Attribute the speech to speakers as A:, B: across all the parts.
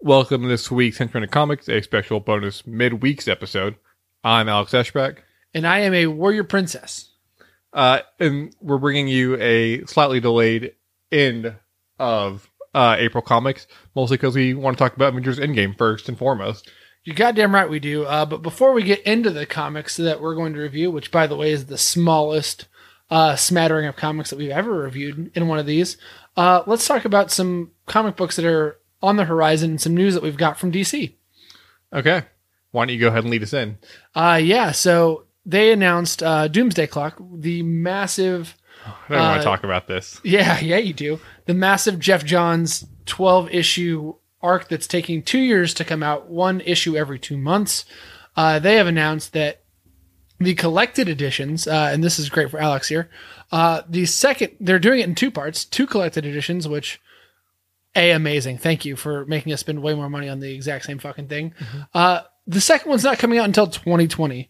A: Welcome to this week's Synchronic Comics, a special bonus midweek's episode. I'm Alex Eschbach,
B: and I am a warrior princess.
A: uh, and we're bringing you a slightly delayed end of uh, April comics, mostly because we want to talk about Avengers Endgame first and foremost.
B: You're goddamn right we do. Uh, but before we get into the comics that we're going to review, which by the way is the smallest uh, smattering of comics that we've ever reviewed in one of these, uh, let's talk about some comic books that are on the horizon and some news that we've got from DC.
A: Okay, why don't you go ahead and lead us in?
B: Uh, yeah, so they announced uh, Doomsday Clock, the massive
A: I don't want
B: Uh,
A: to talk about this.
B: Yeah, yeah, you do. The massive Jeff Johns 12 issue arc that's taking two years to come out, one issue every two months. Uh, they have announced that the collected editions, uh, and this is great for Alex here, uh, the second, they're doing it in two parts, two collected editions, which. A amazing. Thank you for making us spend way more money on the exact same fucking thing. Uh, the second one's not coming out until 2020.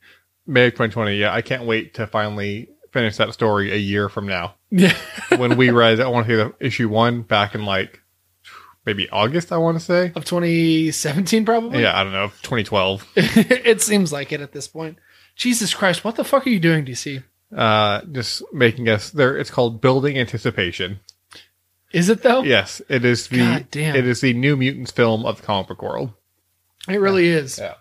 A: May of 2020. Yeah, I can't wait to finally finish that story a year from now.
B: Yeah.
A: when we read, I want to say the issue one back in like maybe August. I want to say.
B: Of 2017, probably.
A: Yeah, I don't know, 2012.
B: it seems like it at this point. Jesus Christ, what the fuck are you doing, DC?
A: Uh, just making us there. It's called building anticipation.
B: Is it though?
A: Yes, it is the
B: Oh. God damn.
A: it is the New Mutants film of the comic book world.
B: It really is.
A: Yeah.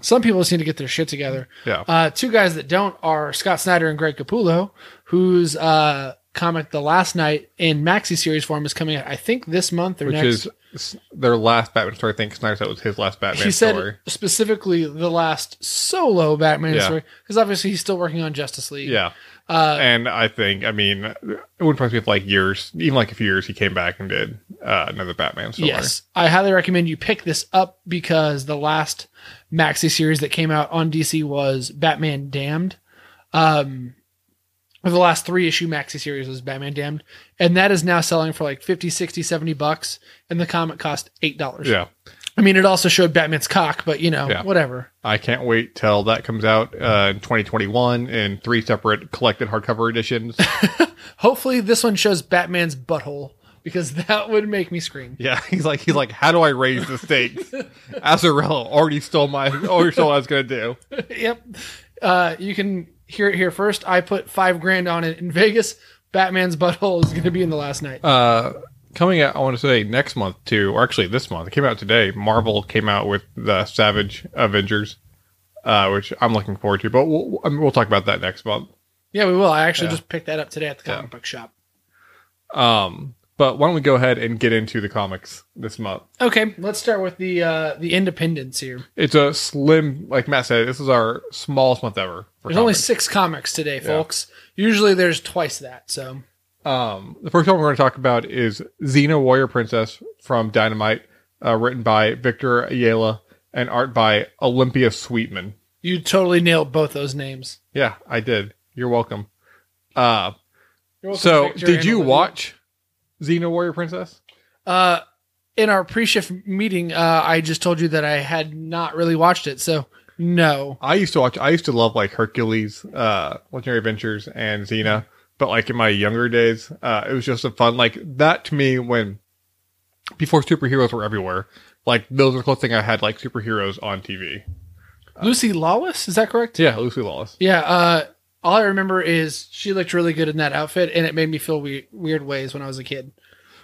B: Some people just need to get their shit together.
A: Yeah,
B: Uh, two guys that don't are Scott Snyder and Greg Capullo, whose uh, comic The Last Night in maxi series form is coming out, I think, this month or
A: which
B: next.
A: is s- their last Batman story. I think Snyder said it was his last Batman
B: he said
A: story.
B: specifically the last solo Batman
A: Yeah.
B: story because obviously he's still working on Justice League.
A: Yeah,
B: Uh,
A: and I think I mean it wouldn't surprise me if like years, even like a few years, he came back and did uh, another Batman story.
B: Yes, I highly recommend you pick this up because the last maxi series that came out on DC was Batman Damned. Um, or the last three issue maxi series was Batman Damned, and that is now selling for like 50, 60, 70 bucks, and the comic cost eight dollars.
A: Yeah,
B: I mean, it also showed Batman's cock, but you know,
A: Yeah.
B: whatever.
A: I can't wait till that comes out uh, in 2021 in three separate collected hardcover editions.
B: Hopefully, this one shows Batman's butthole because that would make me scream.
A: yeah, he's like, he's like, how do I raise the stakes? Azarello already stole my, already stole what I was gonna do.
B: yep. Uh, you can hear it here first. I put five grand on it in Vegas. Batman's butthole is going to be in the last night.
A: Uh, coming out, I want to say next month too, or actually this month. It came out today. Marvel came out with the Savage Avengers, uh, which I'm looking forward to. But we'll, I mean, we'll talk about that next month.
B: yeah, we will. I actually
A: yeah.
B: just picked that up today at the comic book shop.
A: Um, but why don't we go ahead and get into the comics this month?
B: Okay, let's start with the uh, the independence here.
A: It's a slim, like Matt said, this is our smallest month ever. For
B: There's only
A: comics.
B: six comics today, folks. Usually there's twice that. So
A: Um, the first one we're going to talk about is Xena Warrior Princess from Dynamite, uh, written by Victor Ayala and art by Olympia Sweetman.
B: you totally nailed both those names.
A: Yeah, I did. You're welcome. Uh,
B: You're welcome,
A: so,
B: Victor
A: did
B: and
A: you
B: Olivia.
A: watch Xena Warrior Princess?
B: Uh, in our pre-shift meeting, uh, I just told you that I had not really watched it. So no.
A: I used to watch. I used to love like Hercules, uh, Legendary Adventures, and Xena. But like in my younger days, uh, it was just a fun like that to me when before superheroes were everywhere. Like those are the closest thing I had like superheroes on TV. Uh,
B: Lucy Lawless, is that correct?
A: Yeah, Lucy Lawless.
B: Yeah, uh, all I remember is she looked really good in that outfit, and it made me feel we- weird ways when I was a kid.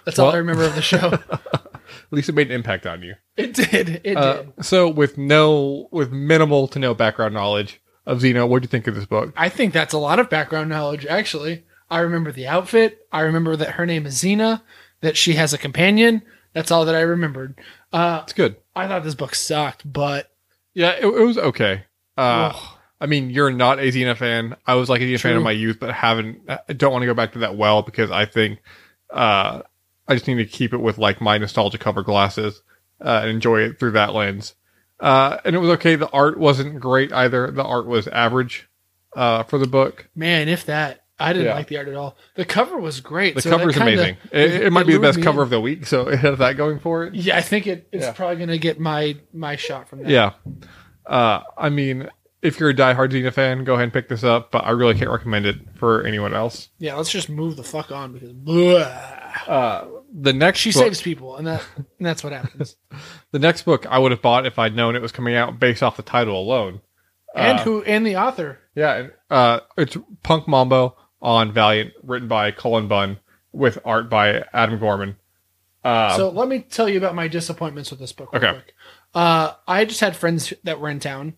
B: That's all
A: Well-
B: I remember of the show.
A: At least it made an impact on you.
B: it did. It
A: Uh,
B: did.
A: so with no, with minimal to no background knowledge of Xena, what do you think of this book?
B: I think that's a lot of background knowledge, actually. I remember the outfit. I remember that her name is Xena, that she has a companion. That's all that I remembered. Uh,
A: It's good.
B: I thought this book sucked, but oh,
A: Yeah, it, it was okay. Uh,
B: ugh,
A: I mean, you're not a Xena fan. I was like a Xena fan
B: True.
A: in my youth, but haven't. I don't want to go back to that well because I think uh, I just need to keep it with like my nostalgia cover glasses uh, and enjoy it through that lens. Uh, and it was okay. The art wasn't great either. The art was average uh, for the book.
B: man, if that. I didn't
A: Yeah.
B: like the art at all. The cover was great.
A: The
B: so that
A: cover's
B: kinda-
A: amazing. It, it might be the
B: lured
A: best
B: me
A: cover
B: in.
A: of the week, so it has that going for it.
B: Yeah, I think it, it's
A: Yeah.
B: probably gonna get my my shot from that.
A: Yeah. Uh, I mean, if you're a diehard Xena fan, go ahead and pick this up, but I really can't recommend it for anyone else.
B: Yeah, let's just move the fuck on because blah.
A: Uh, the next
B: she
A: book,
B: saves people, and that and that's what happens.
A: the next book I would have bought if I'd known it was coming out based off the title alone.
B: and
A: Uh,
B: who and the author?
A: Yeah, and, uh, it's Punk Mambo on Valiant, written by Colin Bunn with art by Adam Gorman. Uh,
B: so let me tell you about my disappointments with this book. Real
A: Okay.
B: Quick. Uh, I just had friends that were in town,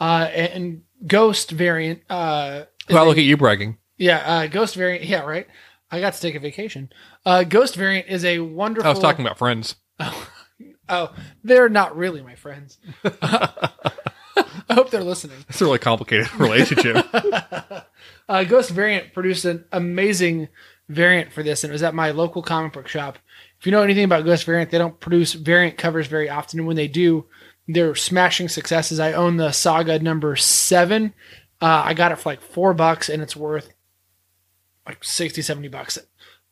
B: uh, and Ghost Variant. Uh, is
A: well,
B: a-
A: look at you bragging.
B: yeah, uh, Ghost Variant. Yeah, right. I got to take a vacation. Uh, Ghost Variant is a wonderful.
A: I was talking about friends.
B: Oh, they're not really my friends. I hope they're listening.
A: It's a really complicated relationship.
B: Uh, Ghost Variant produced an amazing variant for this, and it was at my local comic book shop. If you know anything about Ghost Variant, they don't produce variant covers very often, and when they do, they're smashing successes. I own the Saga number seven. Uh, I got it for like four bucks, and it's worth like 60, 70 bucks.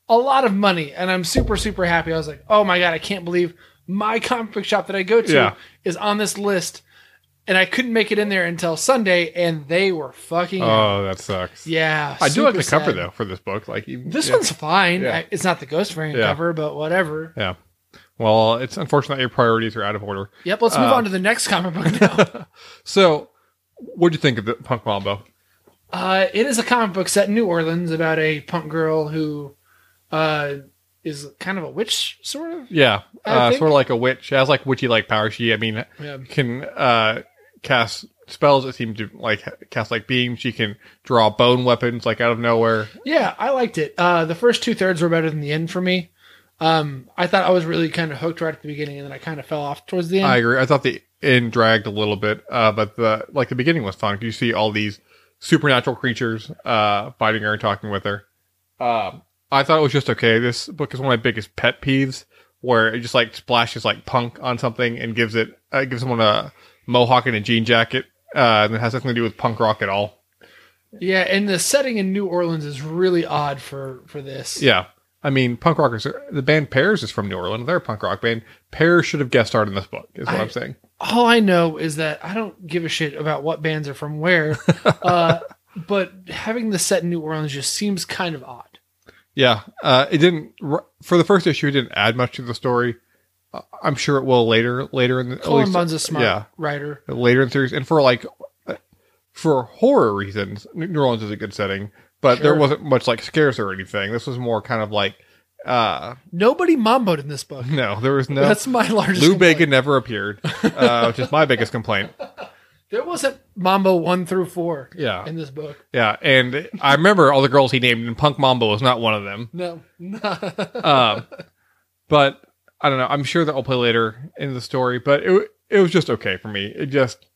B: A lot of money, and I'm super, super happy. I was like, oh my God, I can't believe my comic book shop that I go to
A: Yeah.
B: is on this list. And I couldn't make it in there until Sunday, and they were fucking out.
A: oh, that sucks.
B: Yeah,
A: I do like
B: super
A: the cover
B: sad.
A: though for this book. Like even,
B: This
A: yeah.
B: one's fine.
A: Yeah.
B: I- It's not the ghost variant
A: Yeah.
B: cover, but whatever.
A: Yeah. Well, it's unfortunate your priorities are out of order.
B: Yep, let's move
A: Uh,
B: on to the next comic book now.
A: So, what'd you think of the Punk Mambo?
B: uh, it is a comic book set in New Orleans about a punk girl who uh, is kind of a witch, sort of.
A: Yeah,
B: I
A: uh,
B: think-
A: sort of like a witch. She has like witchy like power. She, I mean,
B: Yeah.
A: can uh, cast spells that seem to like cast like beams. She can draw bone weapons like out of nowhere.
B: Yeah, I liked it. Uh, the first two thirds were better than the end for me. Um, I thought I was really kind of hooked right at the beginning, and then I kind of fell off towards the end.
A: I agree. I thought the end dragged a little bit, uh, but the like the beginning was fun. 'cause You see all these supernatural creatures uh, fighting her and talking with her. Um, I thought it was just okay. This book is one of my biggest pet peeves, where it just like splashes like punk on something and gives it uh, gives someone a mohawk and a jean jacket, uh, and it has nothing to do with punk rock at all.
B: yeah, and the setting in New Orleans is really odd for for this.
A: Yeah. I mean, punk rockers. are- The band Pears is from New Orleans. They're a punk rock band. Pears should have guest starred in this book. Is what
B: I-
A: I, am saying.
B: all I know is that I don't give a shit about what bands are from where, uh, but having the set in New Orleans just seems kind of odd.
A: Yeah, uh, it didn't r- for the first issue. It didn't add much to the story. Uh, I'm sure it will later, later in the at
B: Colin
A: least-
B: Bunn's a smart
A: yeah.
B: writer.
A: later in the series, and for like uh, for horror reasons, New Orleans is a good setting, but there
B: Sure.
A: wasn't much like scares or anything. This was more kind of like uh
B: Nobody mamboed in this book.
A: no, there was no
B: That's my largest.
A: Lou
B: complaint.
A: Bacon never appeared, uh, which is my biggest complaint.
B: There wasn't mambo one through four
A: Yeah,
B: in this book.
A: yeah, and I remember all the girls he named, and Punk Mambo was not one of them.
B: No, Uh,
A: um, but I don't know. I'm sure that I'll play later in the story, but it w- it was just okay for me. It just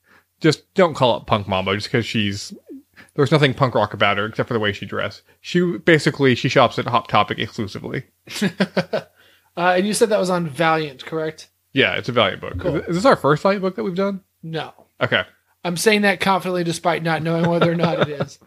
A: just don't call it punk mambo just because she's there's nothing punk rock about her except for the way she dressed. She basically she shops at Hot Topic exclusively.
B: uh, and you said that was on Valiant, correct?
A: Yeah, it's a Valiant book.
B: Cool.
A: Is this our first Valiant book that we've done?
B: No,
A: Okay.
B: I'm saying that confidently, despite not knowing whether or not it is.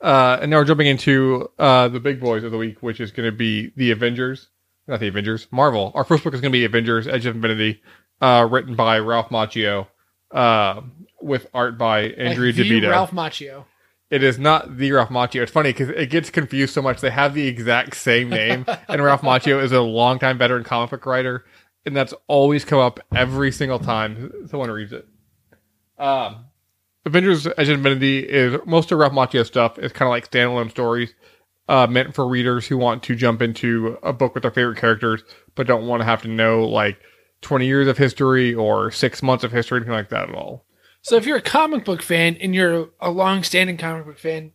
A: Uh, and now we're jumping into uh, the big boys of the week, which is going to be the Avengers, not the Avengers, Marvel. Our first book is going to be Avengers: Edge of Infinity, uh, written by Ralph Macchio, uh, with art by Andrea
B: Like, the
A: DeVito.
B: Ralph Macchio.
A: It is not the Ralph Macchio. It's funny because it gets confused so much. They have the exact same name, and Ralph Macchio is a longtime veteran comic book writer, and that's always come up every single time someone reads it. Um, Avengers: Edge of Infinity is most of Ralph Macchio stuff is kind of like standalone stories, uh, meant for readers who want to jump into a book with their favorite characters, but don't want to have to know like twenty years of history or six months of history, anything like that at all.
B: So if you're a comic book fan and you're a long-standing comic book fan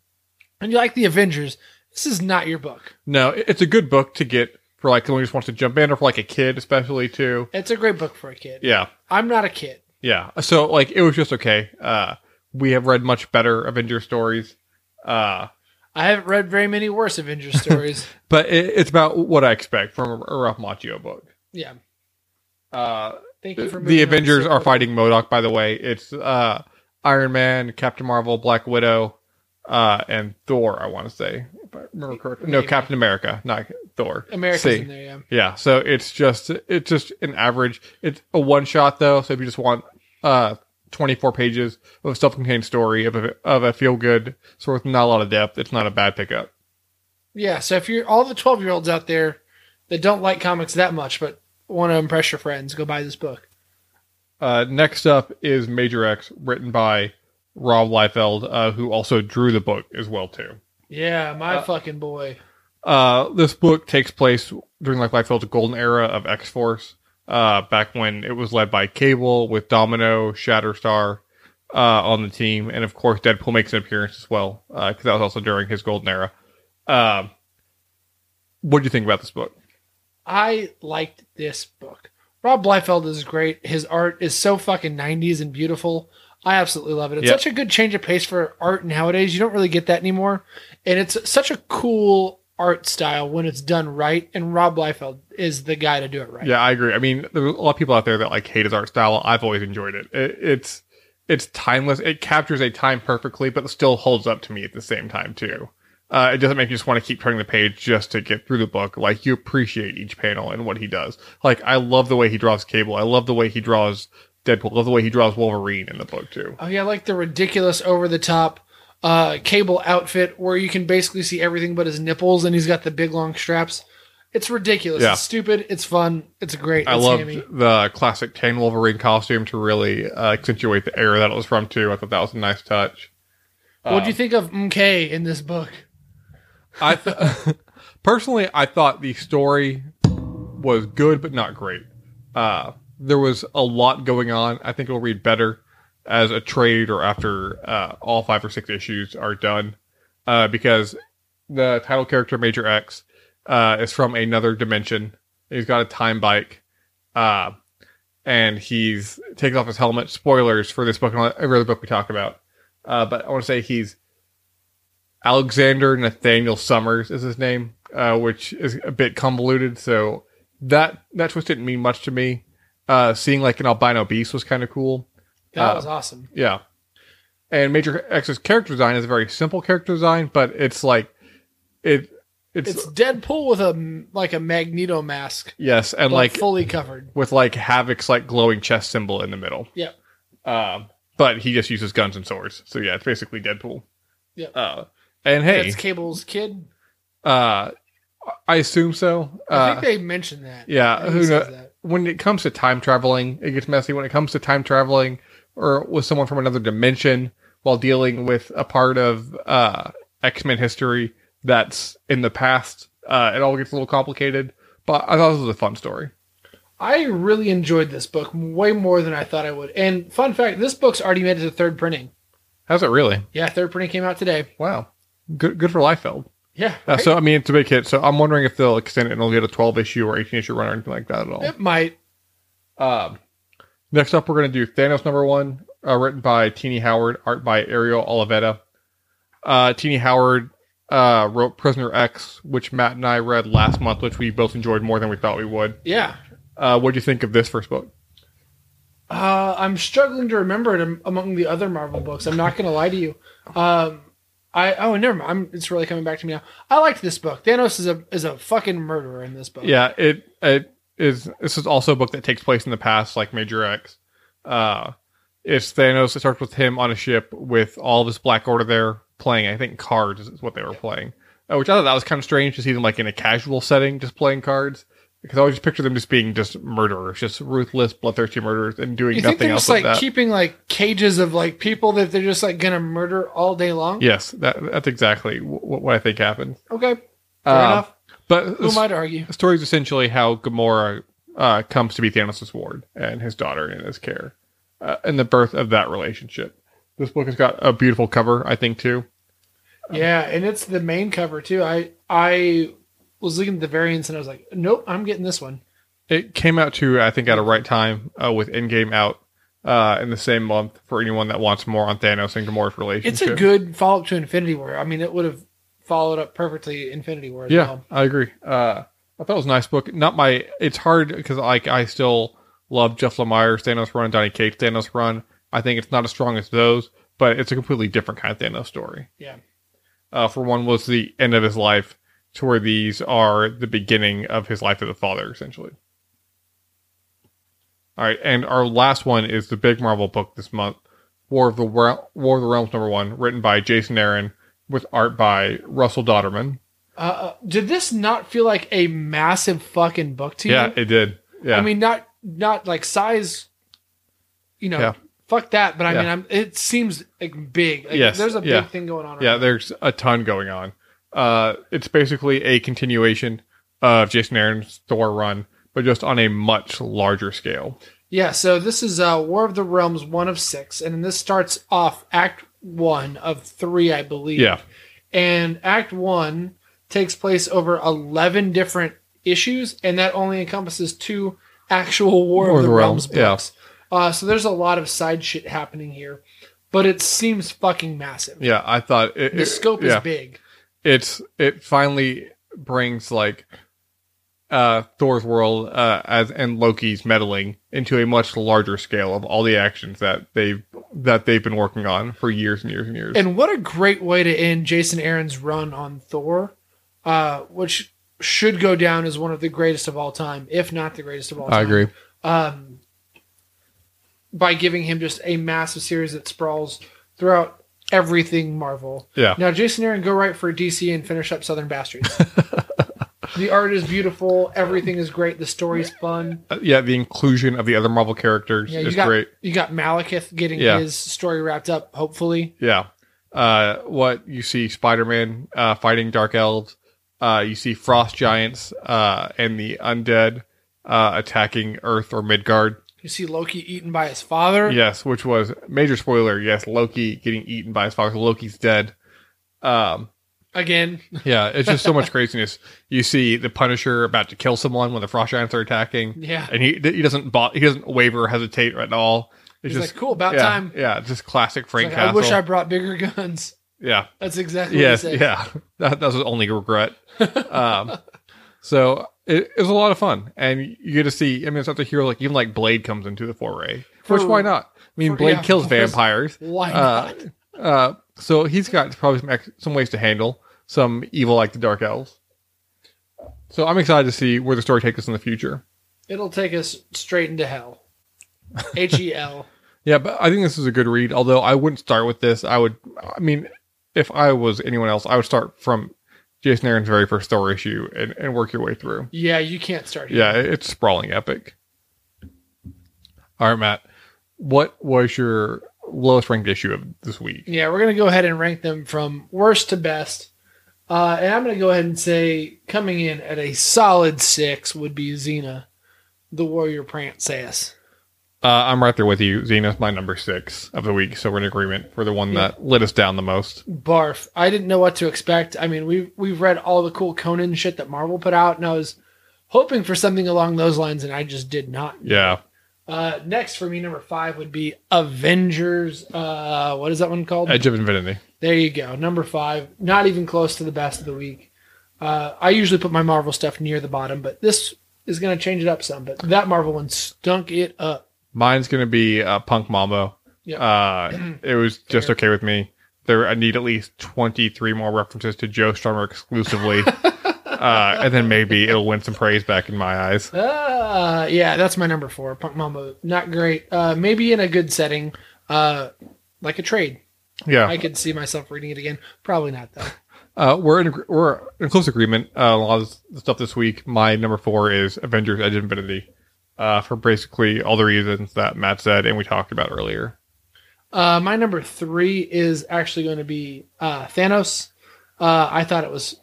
B: and you like the Avengers, this is not your book.
A: No, it- it's a good book to get for like someone who just wants to jump in, or for like a kid, especially too.
B: It's a great book for a kid.
A: Yeah,
B: I'm not a kid.
A: yeah. So like, it was just okay. Uh, we have read much better Avenger stories, uh,
B: I haven't read very many worse Avengers stories.
A: but it, it's about what I expect from a Ralph Macchio book.
B: yeah.
A: Uh,
B: Thank you for moving
A: the
B: on.
A: Avengers
B: So-
A: are fighting Modoc. By the way, it's uh, Iron Man, Captain Marvel, Black Widow, uh, and Thor. I want to say, if I remember correctly, no,
B: Maybe.
A: Captain America, not Thor.
B: America's
A: See.
B: in there, yeah.
A: Yeah, so it's just it's just an average. It's a one shot though, so if you just want uh 24 pages of a self-contained story of a, of a feel good sort with not a lot of depth, it's not a bad pickup.
B: Yeah, so if you're all the 12 year olds out there that don't like comics that much but want to impress your friends, go buy this book.
A: Uh, next up is Major X, written by Rob Liefeld, uh, who also drew the book as well too.
B: Yeah, my
A: Uh,
B: fucking boy.
A: Uh, this book takes place during like Liefeld's golden era of X Force, uh, back when it was led by Cable with Domino, Shatterstar, uh, on the team, and of course Deadpool makes an appearance as well, because that was also during his golden era. Um, what do you think about this book?
B: I liked this book. Rob Liefeld is great. His art is so fucking 90s and beautiful. I absolutely love it. It's
A: Yep.
B: such a good change of pace for art nowadays. You don't really get that anymore. And it's such a cool art style when it's done right. And Rob Liefeld is the guy to do it right.
A: Yeah, I agree. I mean, there's a lot of people out there that like hate his art style. I've always enjoyed it. it it's it's timeless. It captures a time perfectly, but it still holds up to me at the same time too. Uh, it doesn't make you just want to keep turning the page just to get through the book. Like you appreciate each panel and what he does. Like I love the way he draws Cable. I love the way he draws Deadpool. I love the way he draws Wolverine in the book too.
B: Oh yeah, I like the ridiculous over the top uh cable outfit where you can basically see everything but his nipples and he's got the big long straps. It's ridiculous.
A: Yeah.
B: It's stupid. It's fun. It's great.
A: I
B: it's
A: loved
B: hammy.
A: the classic tan Wolverine costume to really uh, accentuate the era that it was from too. I thought that was a nice touch. uh,
B: what do you think of MK in this book?
A: I th- personally, I thought the story was good but not great. Uh, there was a lot going on. I think it'll read better as a trade or after uh, all five or six issues are done, uh, because the title character Major X uh, is from another dimension. He's got a time bike, uh, and he's takes off his helmet. Spoilers for this book and every other book we talk about. Uh, but I want to say he's Alexander Nathaniel Summers is his name, uh, which is a bit convoluted. So that that twist didn't mean much to me. Uh, seeing like an albino beast was kind of cool.
B: That
A: Uh,
B: was awesome.
A: Yeah. And Major X's character design is a very simple character design, but it's like it it's,
B: It's Deadpool with a m- like a Magneto mask,
A: yes, and
B: but
A: like
B: fully covered.
A: with like Havoc's like glowing chest symbol in the middle.
B: Yep.
A: Um, but he just uses guns and swords. So yeah, it's basically Deadpool.
B: Yep.
A: Uh, and hey,
B: That's Cable's kid.
A: uh, I assume so.
B: I
A: Uh,
B: think they mentioned that.
A: yeah,
B: He
A: who
B: says
A: knows?
B: that.
A: When it comes to time traveling, it gets messy. When it comes to time traveling or with someone from another dimension while dealing with a part of uh, X Men history that's in the past, uh, it all gets a little complicated. But I thought this was a fun story.
B: I really enjoyed this book way more than I thought I would. And fun fact, this book's already made it to third printing.
A: How's it really?
B: Yeah, third printing came out today.
A: Wow. Good, good for Liefeld.
B: Yeah.
A: Uh,
B: right?
A: So I mean, it's a big hit. So I'm wondering if they'll extend it and it'll get a 12 issue or 18 issue run or anything like that at all.
B: It might.
A: Um, next up, we're going to do Thanos number one, uh, written by Teeny Howard, art by Ariel Olivetta. Uh, Teeny Howard uh, wrote Prisoner X, which Matt and I read last month, which we both enjoyed more than we thought we would.
B: Yeah.
A: Uh, what do you think of this first book?
B: Uh, I'm struggling to remember it am- among the other Marvel books. I'm not going to lie to you. Um, I oh never mind. I'm, it's really coming back to me now. I liked this book. Thanos is a is a fucking murderer in this book.
A: Yeah, it it is. This is also a book that takes place in the past, like Major X. Uh, it's Thanos. It starts with him on a ship with all of his Black Order there playing. I think cards is what they were playing, uh, which I thought that was kind of strange to see them like in a casual setting just playing cards. Because I always just picture them just being just murderers, just ruthless, bloodthirsty murderers, and doing
B: You think
A: nothing
B: they're
A: else
B: just
A: with
B: like
A: that.
B: keeping like cages of like people that they're just like gonna murder all day long?
A: yes, that, that's exactly what, what I think happened.
B: Okay, fair
A: Um,
B: enough.
A: But
B: Who am I to argue?
A: The story is essentially how Gamora uh, comes to be Thanos' ward and his daughter in his care, uh, and the birth of that relationship. This book has got a beautiful cover, I think, too.
B: Yeah, and it's the main cover too. I I was looking at the variants and I was like, nope, I'm getting this one.
A: It came out too, I think, at a right time uh, with Endgame out uh, in the same month for anyone that wants more on Thanos and Gamora's relationship.
B: It's a good follow up to Infinity War. I mean, it would have followed up perfectly Infinity War as
A: Yeah,
B: well.
A: I agree. Uh, I thought it was a nice book. Not my. It's hard because like I still love Jeff Lemire's Thanos run, Donny Cates Thanos run. I think it's not as strong as those, but it's a completely different kind of Thanos story.
B: Yeah.
A: Uh, for one was the end of his life, to where these are the beginning of his life as a father, essentially. All right, and our last one is the big Marvel book this month, War of the Wel- War of the Realms number one, written by Jason Aaron with art by Russell Dodderman.
B: Uh, uh, did this not feel like a massive fucking book to
A: Yeah,
B: you?
A: it did. Yeah,
B: I mean, not not like size. You know,
A: Yeah.
B: fuck that. But I
A: Yeah.
B: mean, I'm, it seems like big. Like,
A: Yes,
B: there's a big
A: yeah.
B: thing going on. Right
A: yeah,
B: now.
A: there's a ton going on. Uh, it's basically a continuation of Jason Aaron's Thor run, but just on a much larger scale.
B: Yeah, so this is uh, War of the Realms, one of six, and this starts off Act One of three, I believe.
A: Yeah,
B: And Act One takes place over eleven different issues, and that only encompasses two actual War, of the, Realms,
A: yeah.
B: books. Uh, so there's a lot of side shit happening here, but it seems fucking massive.
A: yeah, I thought it,
B: The
A: it-
B: scope
A: yeah.
B: is big.
A: it's it finally brings like uh Thor's world uh as and Loki's meddling into a much larger scale of all the actions that they've that they've been working on for years and years and years.
B: And what a great way to end Jason Aaron's run on Thor, uh, which should go down as one of the greatest of all time, if not the greatest of all time.
A: I agree.
B: um, by giving him just a massive series that sprawls throughout everything Marvel.
A: Yeah.
B: Now, Jason Aaron, go right for DC and finish up Southern Bastards. the art is beautiful. Everything is great. The story's fun.
A: Uh, yeah, the inclusion of the other Marvel characters
B: Yeah, you
A: is
B: got
A: great.
B: you got Malekith getting
A: Yeah.
B: his story wrapped up. Hopefully,
A: Yeah. Uh what you see Spider-Man uh fighting dark elves, uh you see frost giants uh and the undead uh attacking Earth or Midgard.
B: you see Loki eaten by his father.
A: Yes, which was major spoiler. Yes, Loki getting eaten by his father. Loki's dead. Um,
B: Again,
A: yeah, it's just so much craziness. You see the Punisher about to kill someone when the frost giants are attacking,
B: yeah.
A: and he he doesn't bo- he doesn't waver or hesitate at all. It's
B: He's
A: just
B: like, cool, about
A: yeah,
B: time.
A: Yeah, just classic
B: It's
A: Frank
B: like, I
A: Castle.
B: wish I brought bigger guns.
A: yeah,
B: That's exactly
A: yes,
B: what he said.
A: yeah. That, that was his only regret. um, so it, it was a lot of fun, and you get to see. I mean, it's not the hero like even like Blade comes into the foray. Which
B: For-
A: why not? I mean,
B: for-
A: Blade
B: yeah,
A: kills
B: for-
A: vampires.
B: Why
A: Uh,
B: not?
A: uh, so he's got probably some, ex- some ways to handle some evil like the Dark Elves. So I'm excited to see where the story takes us in the future.
B: It'll take us straight into hell. H E L.
A: Yeah, but I think this is a good read. Although I wouldn't start with this. I would. I mean, if I was anyone else, I would start from Jason Aaron's very first Thor issue and, and work your way through.
B: Yeah, you can't start here.
A: Yeah, it- it's sprawling epic. All right, Matt. What was your lowest ranked issue of this week?
B: Yeah, we're gonna go ahead and rank them from worst to best. Uh, and I'm gonna go ahead and say coming in at a solid six would be Xena, the warrior princess.
A: Uh, I'm right there with you. Xena's my number six of the week, so we're in agreement for the one
B: Yeah.
A: that lit us down the most.
B: Barf. I didn't know what to expect. I mean, we've we've read all the cool Conan shit that Marvel put out, and I was hoping for something along those lines, and I just did not.
A: Yeah,
B: Uh, next for me, number five would be Avengers. Uh, what is that one called?
A: Edge of Infinity.
B: There you go. Number five. Not even close to the best of the week. Uh, I usually put my Marvel stuff near the bottom, but this is going to change it up some. But that Marvel one stunk it up.
A: Mine's gonna be uh, Punk Mambo.
B: Yeah.
A: Uh, it was just
B: Fair.
A: okay with me. There, I need at least 23 more references to Joe Strummer exclusively, uh, and then maybe it'll win some praise back in my eyes.
B: Uh, yeah, that's my number four. Punk Mambo. Not great. Uh, maybe in a good setting, uh, like a trade.
A: Yeah,
B: I could see myself reading it again. Probably not, though.
A: uh, we're in agr- we're in close agreement. Uh, a lot of the stuff this week. My number four is Avengers: Edge of Infinity, uh, for basically all the reasons that Matt said and we talked about earlier.
B: Uh, my number three is actually going to be uh, Thanos. Uh, I thought it was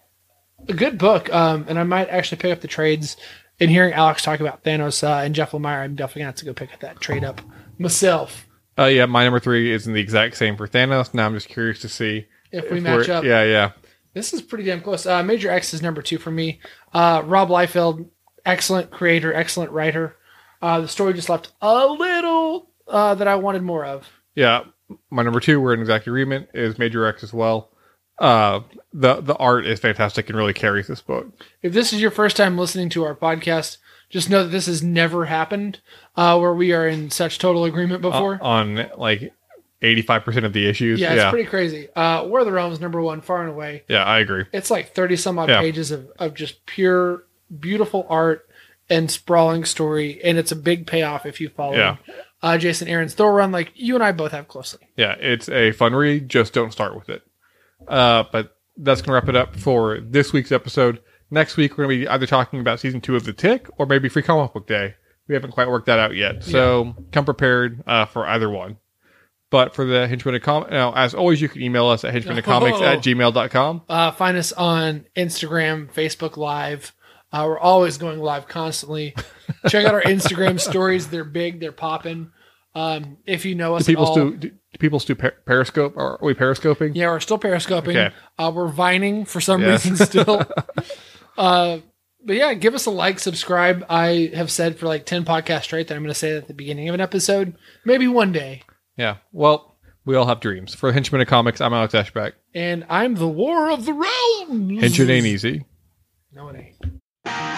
B: a good book, um, and I might actually pick up the trades. And hearing Alex talk about Thanos uh, and Jeff Lemire, I'm definitely going to have to go pick up that trade up myself
A: Uh, yeah, my number three is in the exact same for Thanos. Now I'm just curious to see
B: if we
A: if
B: match
A: we're-
B: up.
A: Yeah, yeah,
B: This is pretty damn close. Uh, Major X is number two for me. Uh, Rob Liefeld, excellent creator, excellent writer. Uh, the story just left a little uh, that I wanted more of.
A: yeah. My number two, we're in exact agreement, is Major X as well. Uh, the the art is fantastic and really carries this book.
B: If this is your first time listening to our podcast, just know that this has never happened uh, where we are in such total agreement
A: Uh,
B: before.
A: on like 85% of the issues.
B: Yeah,
A: Yeah.
B: it's
A: Yeah,
B: pretty crazy. Uh, War of the Realms number one, far and away.
A: I agree.
B: It's like thirty some odd
A: Yeah.
B: pages of of just pure beautiful art and sprawling story, and it's a big payoff if you follow
A: Yeah.
B: uh, Jason Aaron's Thor run. Like you and I both have closely.
A: Yeah, it's a fun read. Just don't start with it. Uh, but that's going to wrap it up for this week's episode. Next week, we're going to be either talking about season two of The Tick or maybe Free Comic Book Day. We haven't quite worked that out yet. So come prepared uh, for either one. But for the Henchman of Com now, as always, you can email us at henchman at comics
B: Oh.
A: at gmail.com.
B: Uh, find us on Instagram, Facebook Live. Uh, we're always going live constantly. Check out our Instagram stories; they're big, they're popping. Um, if you know us,
A: Do people,
B: at all,
A: still, do, do people still per- Periscope? Are we Periscoping?
B: Yeah, we're still periscoping.
A: Okay.
B: Uh, we're vining for some
A: Yes.
B: reason still. uh, but yeah, give us a like, subscribe. I have said for like 10 podcasts straight that I'm going to say that at the beginning of an episode. Maybe one day.
A: Yeah. Well, we all have dreams. For Henchman of Comics, I'm Alex Ashback.
B: And I'm the War of the Realms.
A: Henchman ain't easy.
B: No, it ain't.